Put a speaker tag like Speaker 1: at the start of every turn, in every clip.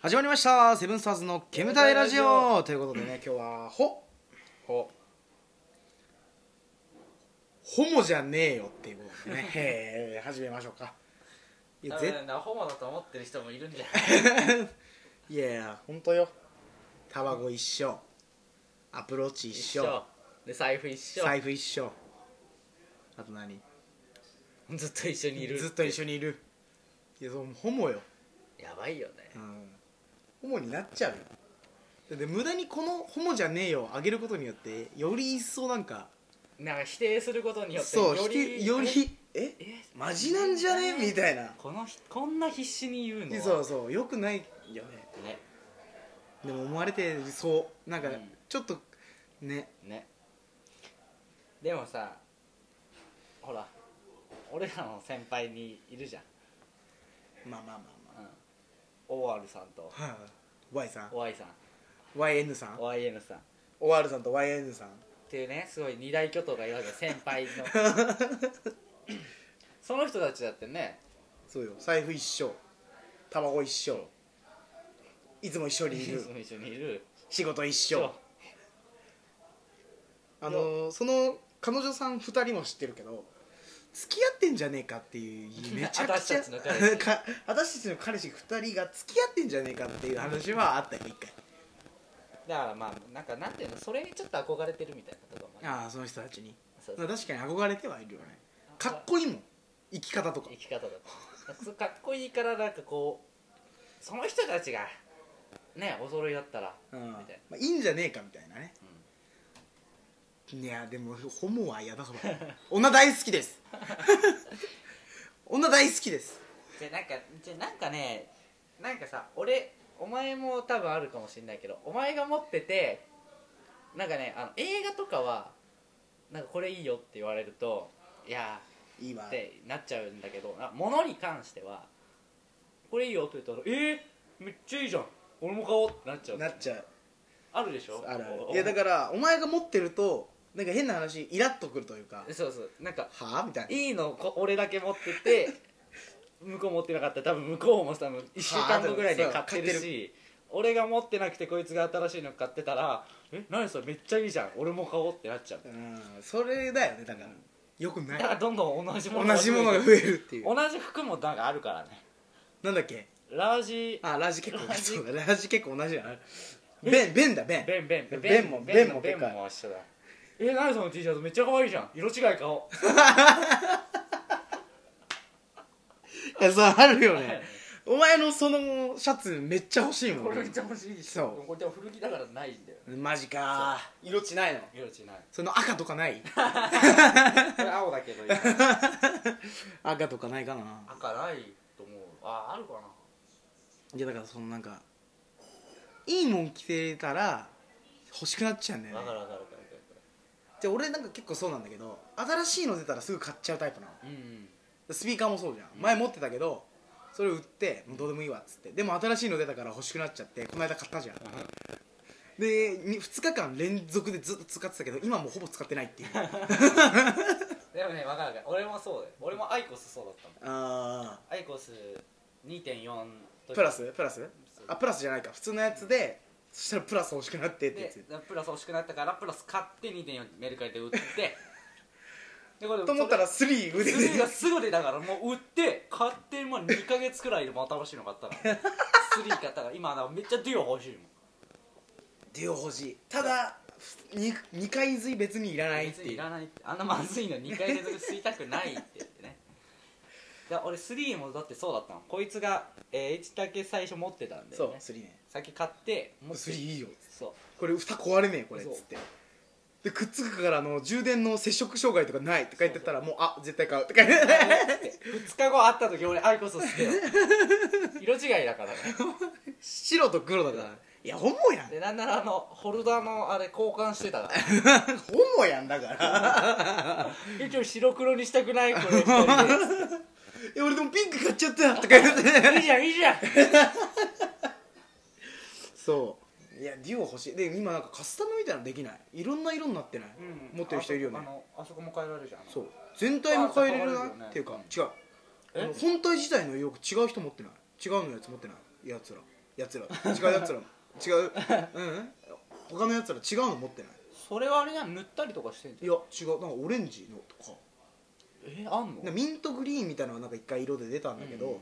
Speaker 1: 始まりましたセブンスターズの煙たいラジオということでね今日はほ
Speaker 2: お
Speaker 1: ホモじゃねえよっていうことでねえー始めましょうかいや
Speaker 2: 多
Speaker 1: ぜ
Speaker 2: 分なホモだと思ってる人もいるんじゃない
Speaker 1: いやいや本当よタバコ一緒アプローチ一緒
Speaker 2: で財布一緒
Speaker 1: 財布一緒あと何
Speaker 2: ずっと一緒にいる
Speaker 1: ずっと一緒にいるいやそうホモよ、
Speaker 2: やばいよね
Speaker 1: うん、ホモになっちゃうよだって無駄にこの「ホモじゃねえよ」を上げることによってより一層なんか
Speaker 2: なんか否定することによって
Speaker 1: そうよりよりえ
Speaker 2: ええ
Speaker 1: マジなんじゃねみたいな
Speaker 2: このひこんな必死に言うのは
Speaker 1: そうそうよくないよね
Speaker 2: ね
Speaker 1: でも思われてそうなんか
Speaker 2: うん
Speaker 1: ちょっとね
Speaker 2: ねでもさほら俺らの先輩にいるじゃん、
Speaker 1: まあまあまあ
Speaker 2: うん、OR さんと
Speaker 1: まあはい Y さん
Speaker 2: OI さん
Speaker 1: YN さん
Speaker 2: OIN さんっ
Speaker 1: OR さんと YN さん
Speaker 2: ていうねすごい二大巨頭がいるわけ先 輩のその人たちだってね
Speaker 1: そうよ財布一緒タバコ一緒いつも一緒にいる
Speaker 2: いつも一緒にいる
Speaker 1: 仕事一
Speaker 2: そう
Speaker 1: 緒あのその彼女さん2人も知ってるけど付き合ってんじゃねえかっていう めちゃくちゃ
Speaker 2: 私たちの彼 氏
Speaker 1: か私たちの彼氏2人が付き合ってんじゃねえかっていう話はあったよ一回
Speaker 2: だからまあなんかなんていうのそれにちょっと憧れてるみたいなとこもある
Speaker 1: ああその人たちに
Speaker 2: そう
Speaker 1: ま
Speaker 2: そ
Speaker 1: あ
Speaker 2: う
Speaker 1: 確かに憧れてはいるよねかっこいいもん生き方とか
Speaker 2: 生き方だとそうかっこいいからなんかこうその人たちがねお揃いだったら
Speaker 1: うん
Speaker 2: み
Speaker 1: ま
Speaker 2: たい
Speaker 1: あ、いいんじゃねえかみたいなね、いやでもホモは嫌だわ女大好きです女大好きです
Speaker 2: じゃなんかじゃなんかねなんかさ俺お前も多分あるかもしれないけどお前が持っててなんかねあの映画とかはなんかこれいいよって言われるといやー
Speaker 1: いいわ
Speaker 2: ってなっちゃうんだけどな物に関してはこれいいよって言ったらえー、めっちゃいいじゃん俺も買おうってなっちゃう
Speaker 1: なっちゃう
Speaker 2: あるでしょ
Speaker 1: あるある
Speaker 2: お
Speaker 1: いやだからお前が持ってるとなんか変な話イラッとくるというか
Speaker 2: そうそうなんか
Speaker 1: はあみたいない
Speaker 2: いのこ俺だけ持ってて 向こう持ってなかったら多分向こうも多分1週間後ぐらいで買ってる
Speaker 1: そう買
Speaker 2: し俺が持ってなくてこいつが新しいの買ってたら「え何それめっちゃいいじゃん俺も買おう」ってなっちゃう
Speaker 1: うんそれだよねだからよくな
Speaker 2: だ
Speaker 1: い
Speaker 2: からどんどん同じもの
Speaker 1: 同じものが増えるっていう
Speaker 2: 同じ服もなんかあるからね
Speaker 1: なんだっけ
Speaker 2: ラージ
Speaker 1: あラジ結構
Speaker 2: ラジ
Speaker 1: そうだラジ結構同じじゃないベンベンだベン
Speaker 2: ベンベンベン
Speaker 1: ベンも
Speaker 2: ベ
Speaker 1: ベ
Speaker 2: ン
Speaker 1: ン
Speaker 2: も
Speaker 1: も
Speaker 2: ベ
Speaker 1: で
Speaker 2: ン
Speaker 1: かい
Speaker 2: も一緒だえ何その T シャツめっちゃ可愛いじゃん色違い買おう
Speaker 1: いやさあるよねお前のそのシャツめっちゃ欲しいも
Speaker 2: これめっ
Speaker 1: ん
Speaker 2: ちゃ欲しいでし
Speaker 1: そ
Speaker 2: ょ
Speaker 1: う
Speaker 2: これでも古着だからないんだよ
Speaker 1: マジか色違いの
Speaker 2: 色違いない
Speaker 1: その赤とかない
Speaker 2: これ青だけどいいな
Speaker 1: 赤とかないかな
Speaker 2: 赤ないと思うああるかない
Speaker 1: やだからそのなんかいいもん着てたら欲しくなっちゃうんだよ
Speaker 2: わ
Speaker 1: ね
Speaker 2: かるわかるわか
Speaker 1: で俺なんか結構そうなんだけど新しいの出たらすぐ買っちゃうタイプなの
Speaker 2: るうん
Speaker 1: スピーカーもそうじゃん前持ってたけどそれ売ってもうどうでもいいわっつってでも新しいの出たから欲しくなっちゃってこの間買ったじゃんで 2, 日間連続でずっと使ってたけど今もうほぼ使ってないっていう
Speaker 2: でもねわかるわかる俺もそうだよ俺もアイコスそうだったもん
Speaker 1: あ
Speaker 2: アイコス2.4
Speaker 1: ープラスプラスあプラスじゃないか普通のやつでそしたらプラス欲しくなってってや
Speaker 2: で
Speaker 1: つ
Speaker 2: プラス欲しくなったからプラス買って2.4メルカリで 売ってでこれ
Speaker 1: と思ったら3腕
Speaker 2: スリー
Speaker 1: で
Speaker 2: がすぐ出たからもう売って買ってもう2ヶ月くらいでもう新しいの買ったらスリー買ったから今だからめっちゃデュオ欲しいもん
Speaker 1: デュオ欲しいただ 2, 二回ずい別にいらないっ
Speaker 2: 別
Speaker 1: て
Speaker 2: に
Speaker 1: い
Speaker 2: いうらないってあんなまずいの2回連続吸いたくないって言ってねだから俺スリーもだってそうだったのこいつが、えー、1だけ最初持ってたんだ
Speaker 1: そう
Speaker 2: よね
Speaker 1: 3ね
Speaker 2: 先買って持って
Speaker 1: 3いいよ
Speaker 2: そう
Speaker 1: これ蓋壊れねえこれっ
Speaker 2: そう
Speaker 1: つってでくっつくからあの充電の接触障害とかないって書いてたらもうあ絶対買うって書いて
Speaker 2: 2日後会った時俺アイコス吸ってよ色違いだからね
Speaker 1: 白と黒だからいやホモやん
Speaker 2: でなんならあのホルダーのあれ交換してたから
Speaker 1: ホモやんだから
Speaker 2: えちょ白黒にしたくないこ れ一人で
Speaker 1: いや俺でもピンク買っちゃったとか言って
Speaker 2: いいじゃんいいじゃん
Speaker 1: そういやデュオ欲しいで今なんかカスタムみたいなのできないいろんな色になってない、持ってる人いるよね
Speaker 2: あのあそこも変えられるじゃん
Speaker 1: そう全体も変えれる
Speaker 2: あ
Speaker 1: な
Speaker 2: そう変わるよね
Speaker 1: っていうか
Speaker 2: うん
Speaker 1: 違うあの本体自体の色違う人持ってない違うのやつ持ってないやつらやつら違うやつ ら違ううんうん他のやつら違うの持ってない
Speaker 2: それはあれじゃん塗ったりとかしてんじ
Speaker 1: いや違うなんかオレンジのとか
Speaker 2: ゃんえあんの
Speaker 1: なんかミントグリーンみたいなのがなんか一回色で出たんだけど、
Speaker 2: うん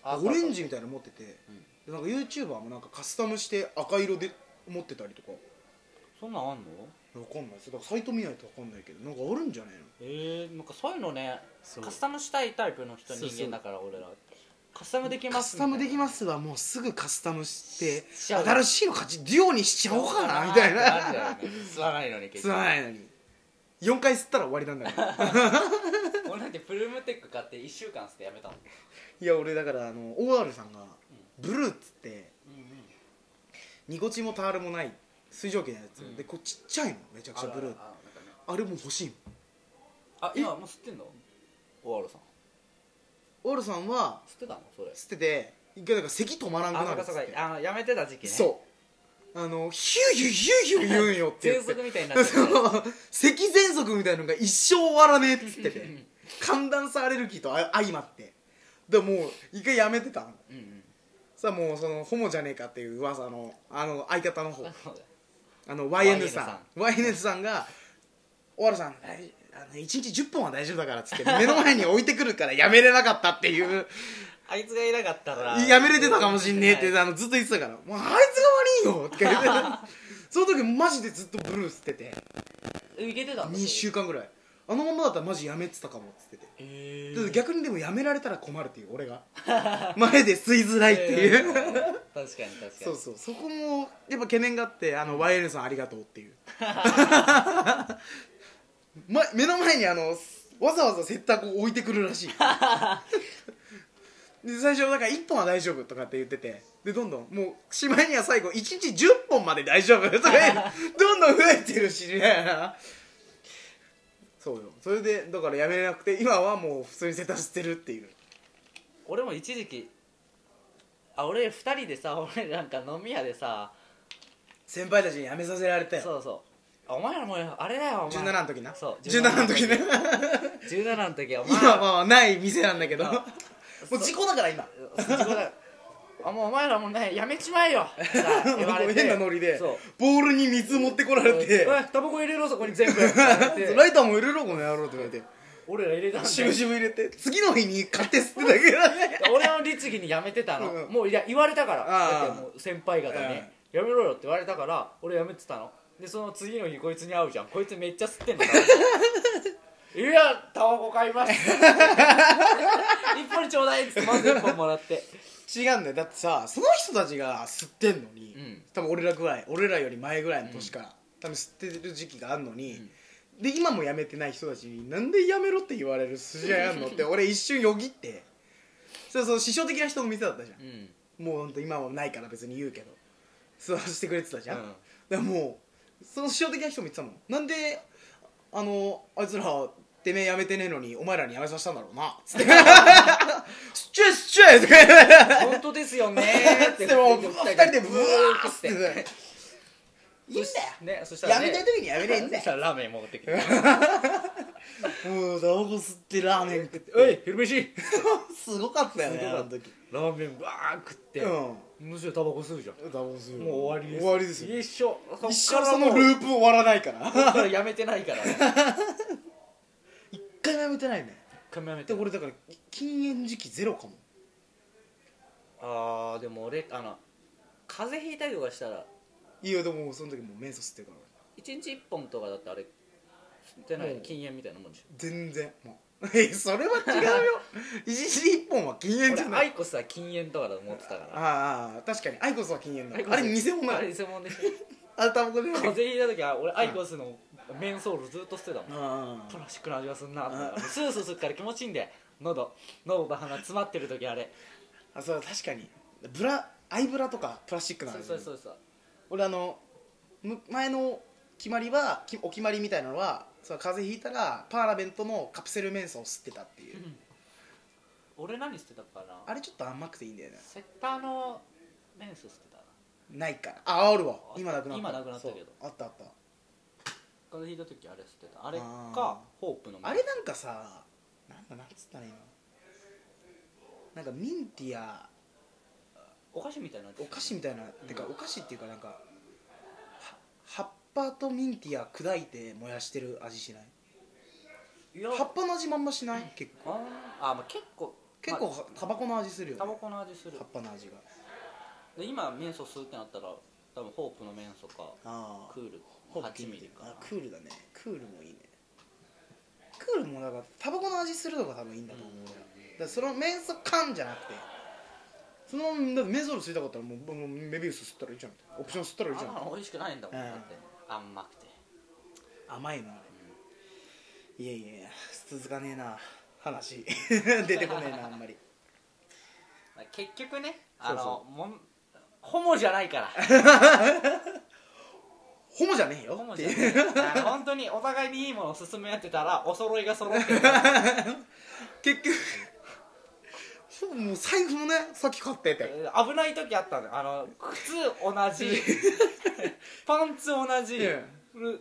Speaker 2: あ
Speaker 1: オレンジみたいなの持ってて、
Speaker 2: うん
Speaker 1: でなんか YouTuber もなんかカスタムして赤色で持ってたりとか
Speaker 2: そんなんあんの
Speaker 1: わかんないそれだからサイト見ないとわかんないけどなんかあるんじゃないの
Speaker 2: えー、なんかそういうのね
Speaker 1: そう
Speaker 2: カスタムしたいタイプの人
Speaker 1: そうそう
Speaker 2: 人間だから俺らカスタムできます
Speaker 1: カスタムでき
Speaker 2: す
Speaker 1: ますはもうすぐカスタムして
Speaker 2: しちゃう
Speaker 1: 新しいの勝ちデュオにしちゃおうかなみたいな
Speaker 2: 吸わないのに
Speaker 1: つ
Speaker 2: 結局
Speaker 1: まないのに4回吸ったら終わりなんだから
Speaker 2: 俺なんてプルームテック買って1週間吸ってやめたの
Speaker 1: いや俺だからあの OR さんがブルーっつってニコチンもタールもない水蒸気のやつ、
Speaker 2: うん
Speaker 1: でこうちっちゃいのめちゃくちゃブルー
Speaker 2: ああなんかね
Speaker 1: あれもう欲しい
Speaker 2: あ今もう吸ってんのオアロさん
Speaker 1: の OR さんは
Speaker 2: 吸ってたのそれ
Speaker 1: 吸ってて一回だから咳止まらんく
Speaker 2: あ
Speaker 1: な
Speaker 2: そ
Speaker 1: る
Speaker 2: う
Speaker 1: っ
Speaker 2: か
Speaker 1: つ
Speaker 2: そ
Speaker 1: っ
Speaker 2: う
Speaker 1: て
Speaker 2: かあやめてた時期ね
Speaker 1: そうあのヒューヒューヒューヒュー言うんよ って言
Speaker 2: 喘
Speaker 1: って
Speaker 2: 息みたいになっち
Speaker 1: そ
Speaker 2: ゃう
Speaker 1: う咳喘息みたいなのが一生終わらねえっつってて寒暖差アレルギーとあ相まってでもう一回やめてたの
Speaker 2: うんうん
Speaker 1: さあもうそのホモじゃねえかっていう噂のあの相方の方
Speaker 2: あそうだ
Speaker 1: あの YN
Speaker 2: さ
Speaker 1: さん YN さんが「小原さん大あの1日10本は大丈夫だから」っつって目の前に置いてくるからやめれなかったって いう
Speaker 2: あいつがいなかったら
Speaker 1: やめれてたかもしんねえって
Speaker 2: はい
Speaker 1: あのずっと言ってたから「もうあいつが悪いよ」とか言って その時マジでずっとブルー吸ってて
Speaker 2: えいけてたの
Speaker 1: 2週間ぐらいあのままだったらマジやめてたかもっつってて
Speaker 2: え
Speaker 1: だって逆にでもやめられたら困るっていう俺が前で吸いづらいっていう
Speaker 2: 確かに確かに
Speaker 1: そうそうそこもやっぱ懸念があってあの YN さんありがとうっていう ま、目の前にあのわざわざ洗濯を置いてくるらしいで最初だから1本は大丈夫とかって言っててでどんどんもうしまいには最後1日10本まで大丈夫とか 言ってどんどん増えてるしみたいなそうよそれでだからやめれなくて今はもう普通に洗濯してるっていう
Speaker 2: 俺も一時期あ俺二人でさ俺なんか飲み屋でさ
Speaker 1: 先輩たちにやめさせられたよ
Speaker 2: そうそうあお前らもうあれだよお前
Speaker 1: 17の時な
Speaker 2: そう
Speaker 1: 17の時ね
Speaker 2: 17の時はお前
Speaker 1: 今
Speaker 2: ら
Speaker 1: はない店なんだけども
Speaker 2: あ
Speaker 1: う事故だ から今
Speaker 2: そこだあもうお前らもうねやめちま えよってさ言われて
Speaker 1: 変なノリで
Speaker 2: そう
Speaker 1: ボールに水持ってこられて
Speaker 2: おいタバコ入れろそこに全部って言われて
Speaker 1: ライターも入れろこの野郎って言われて
Speaker 2: 俺ら入れたんだ
Speaker 1: し
Speaker 2: よ
Speaker 1: ぶしぶ入れて 次の日に買って吸ってたけどね
Speaker 2: 俺の律儀にやめてたの、
Speaker 1: うん
Speaker 2: もういや言われたから
Speaker 1: ああ
Speaker 2: だってもう先輩方に、やめろよって言われたから俺やめてたのでその次の日こいつに会うじゃんこいつめっちゃ吸 ってんだからいやタバコ買います 一本ちょうだいっつってまず一本もらって
Speaker 1: 違うんだよだってさその人たちが吸ってんのに、
Speaker 2: うん
Speaker 1: 多分俺らぐらい俺らより前ぐらいの年から、多分吸ってる時期があるのに、で今も辞めてない人たちになんで辞めろって言われる筋合いあんのって俺一瞬よぎってそれその師匠的な人の店だったじゃん
Speaker 2: うん
Speaker 1: もうほんと今はないから別に言うけど座らせてくれてたじゃん、
Speaker 2: うん
Speaker 1: でもうその師匠的な人も言ってたもんなんであのあいつらてめえやめてねえのにお前らにやめさせたんだろうなつって「すっちょいすっちょい」とか言
Speaker 2: 本当ですよねー
Speaker 1: っ
Speaker 2: っ
Speaker 1: てで
Speaker 2: て
Speaker 1: もう二人でブワーっつっていいん
Speaker 2: ねそし
Speaker 1: だ
Speaker 2: た
Speaker 1: よや
Speaker 2: ら、ね、
Speaker 1: めたい時にやめれんだ
Speaker 2: そ
Speaker 1: よ
Speaker 2: したらラーメン持ってきて
Speaker 1: もうタバコ吸ってラーメン食っ
Speaker 2: 「お
Speaker 1: て
Speaker 2: い昼飯!
Speaker 1: すごかったよね
Speaker 2: すご
Speaker 1: あ
Speaker 2: か
Speaker 1: の
Speaker 2: った
Speaker 1: 時」
Speaker 2: ラーメンバー食って、
Speaker 1: うん
Speaker 2: むしろタバコ吸うじゃん
Speaker 1: タバコ吸う
Speaker 2: もう終わりです
Speaker 1: 終わりですよ
Speaker 2: 一緒
Speaker 1: 一生そのループ終わらないから
Speaker 2: だからやめてないからね一
Speaker 1: 一回もやめてないね
Speaker 2: 回もやめ
Speaker 1: で
Speaker 2: て
Speaker 1: 俺だから禁煙時期ゼロかも
Speaker 2: ああでも俺あの風邪ひいたりとかしたら
Speaker 1: いやでもその時もうメンソ吸ってるから
Speaker 2: 一日一本とかだってあれ吸ってない
Speaker 1: うん
Speaker 2: 禁煙みたいなもんでしょ
Speaker 1: 全然もう えそれは違うよ一日一本は禁煙じゃ
Speaker 2: 俺
Speaker 1: な
Speaker 2: ア
Speaker 1: い
Speaker 2: イコスは禁煙とかだと思ってたから
Speaker 1: ああ確かにアイコスは禁煙
Speaker 2: アイコ
Speaker 1: だ
Speaker 2: ス
Speaker 1: あれ偽物
Speaker 2: あ
Speaker 1: だ
Speaker 2: れ偽物でしょ
Speaker 1: あれタバコで
Speaker 2: 風邪ひいた時は俺アイコスのメンソールずっと捨てたもん
Speaker 1: あ
Speaker 2: プラスチックの味がすんなって思ってスースーするから気持ちいいんで喉喉と鼻詰まってる時あれ
Speaker 1: あそう確かにブラアイブラとかプラスチックな
Speaker 2: そ
Speaker 1: ん
Speaker 2: う
Speaker 1: で
Speaker 2: そうそうそう
Speaker 1: 俺あのむ前の決まりはきお決まりみたいなのはそう風邪ひいたらパーラメントのカプセルメンソを吸ってたっていう
Speaker 2: 俺何捨てたかな
Speaker 1: あれちょっと甘くていいんだよね
Speaker 2: セッターのメンス捨てたな
Speaker 1: ないからああるわ今なくなった
Speaker 2: 今なくなったけど
Speaker 1: そうあったあった
Speaker 2: 風邪ひいた時あれ捨てたあれ
Speaker 1: あ
Speaker 2: かホープの
Speaker 1: あれなんかさなんだなんつったね今なんかミンティア
Speaker 2: お菓子みたいな
Speaker 1: お菓子み
Speaker 2: た
Speaker 1: たいなてか
Speaker 2: うん
Speaker 1: お菓子っていうかなんかは葉っぱとミンティア砕いて燃やしてる味しない
Speaker 2: いや
Speaker 1: 葉っぱの味まんましない結構
Speaker 2: あーあー、まあ、結構
Speaker 1: 結構はタバコの味するよ
Speaker 2: タ
Speaker 1: ね
Speaker 2: バコの味する
Speaker 1: 葉っぱの味が
Speaker 2: で今メンソ吸うってなったら多分ホープのメンソか
Speaker 1: あ
Speaker 2: クール
Speaker 1: あ
Speaker 2: 8ミリかな
Speaker 1: クールだねクールもいいねクールもだからタバコの味するのが多分いいんだと思うよ、だからそのメンソ缶じゃなくてそのままだってメンソール吸いたかったらもうもうメビウス吸ったらいいじゃんオプション吸ったらいいじゃ
Speaker 2: あんなんの美味しくないんだもん、
Speaker 1: うん
Speaker 2: だって甘くて
Speaker 1: 甘いなあれいやいやいや続かねえな 話出てこねえなあんまり
Speaker 2: まあ結局ねあの
Speaker 1: そう
Speaker 2: もんホモじゃないから
Speaker 1: ホモじゃねえ
Speaker 2: ホ
Speaker 1: よ
Speaker 2: モ
Speaker 1: って
Speaker 2: じゃない
Speaker 1: いう
Speaker 2: あの本当にお互いにいいものを勧め合ってたらお揃いが揃ってる
Speaker 1: 結局もう財布もねさっき買ってて
Speaker 2: 危ない時あったのよあの靴同 じパンツ同じ、
Speaker 1: え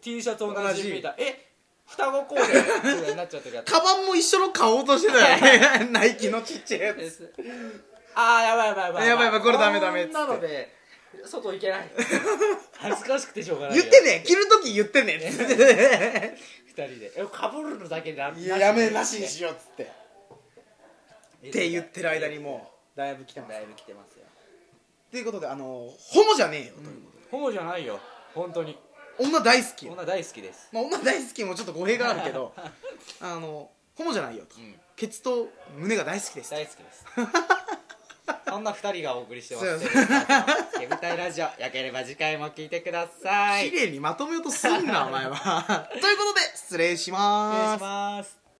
Speaker 2: T シャツ同
Speaker 1: 同
Speaker 2: じ
Speaker 1: じ
Speaker 2: みたいなえ双子コーデみたいになっちゃう時あった
Speaker 1: カバンも一緒の買おうとしてた よねナイキのちっちゃいやつ
Speaker 2: ですああやばいやばいやばい
Speaker 1: やばいやばいこれダメダメっつ
Speaker 2: こ
Speaker 1: って
Speaker 2: んなので外行けない 恥ずかしくてしょうがない
Speaker 1: 言ってね着る時言ってねっつって
Speaker 2: 二人でえかぶるのだけで
Speaker 1: いややめなしにしようっつってって言ってる間にもうだいぶ来てます
Speaker 2: だいぶ来てますよ
Speaker 1: ということであのホモじゃねえよというこ
Speaker 2: ホモじゃないよ本当に
Speaker 1: と女大好きよ
Speaker 2: 女大好きです
Speaker 1: まあ、女大好きもちょっと語弊があるけ どあのホモじゃないよと、
Speaker 2: うん
Speaker 1: ケツと胸が大好きです
Speaker 2: 大好きです そんな二人がお送りしてます
Speaker 1: そう
Speaker 2: ケブタイラジオよければ次回も聞いてください
Speaker 1: 綺麗にまとめようとすんなお前はということで失礼し
Speaker 2: お願い
Speaker 1: ま
Speaker 2: し
Speaker 1: す
Speaker 2: ます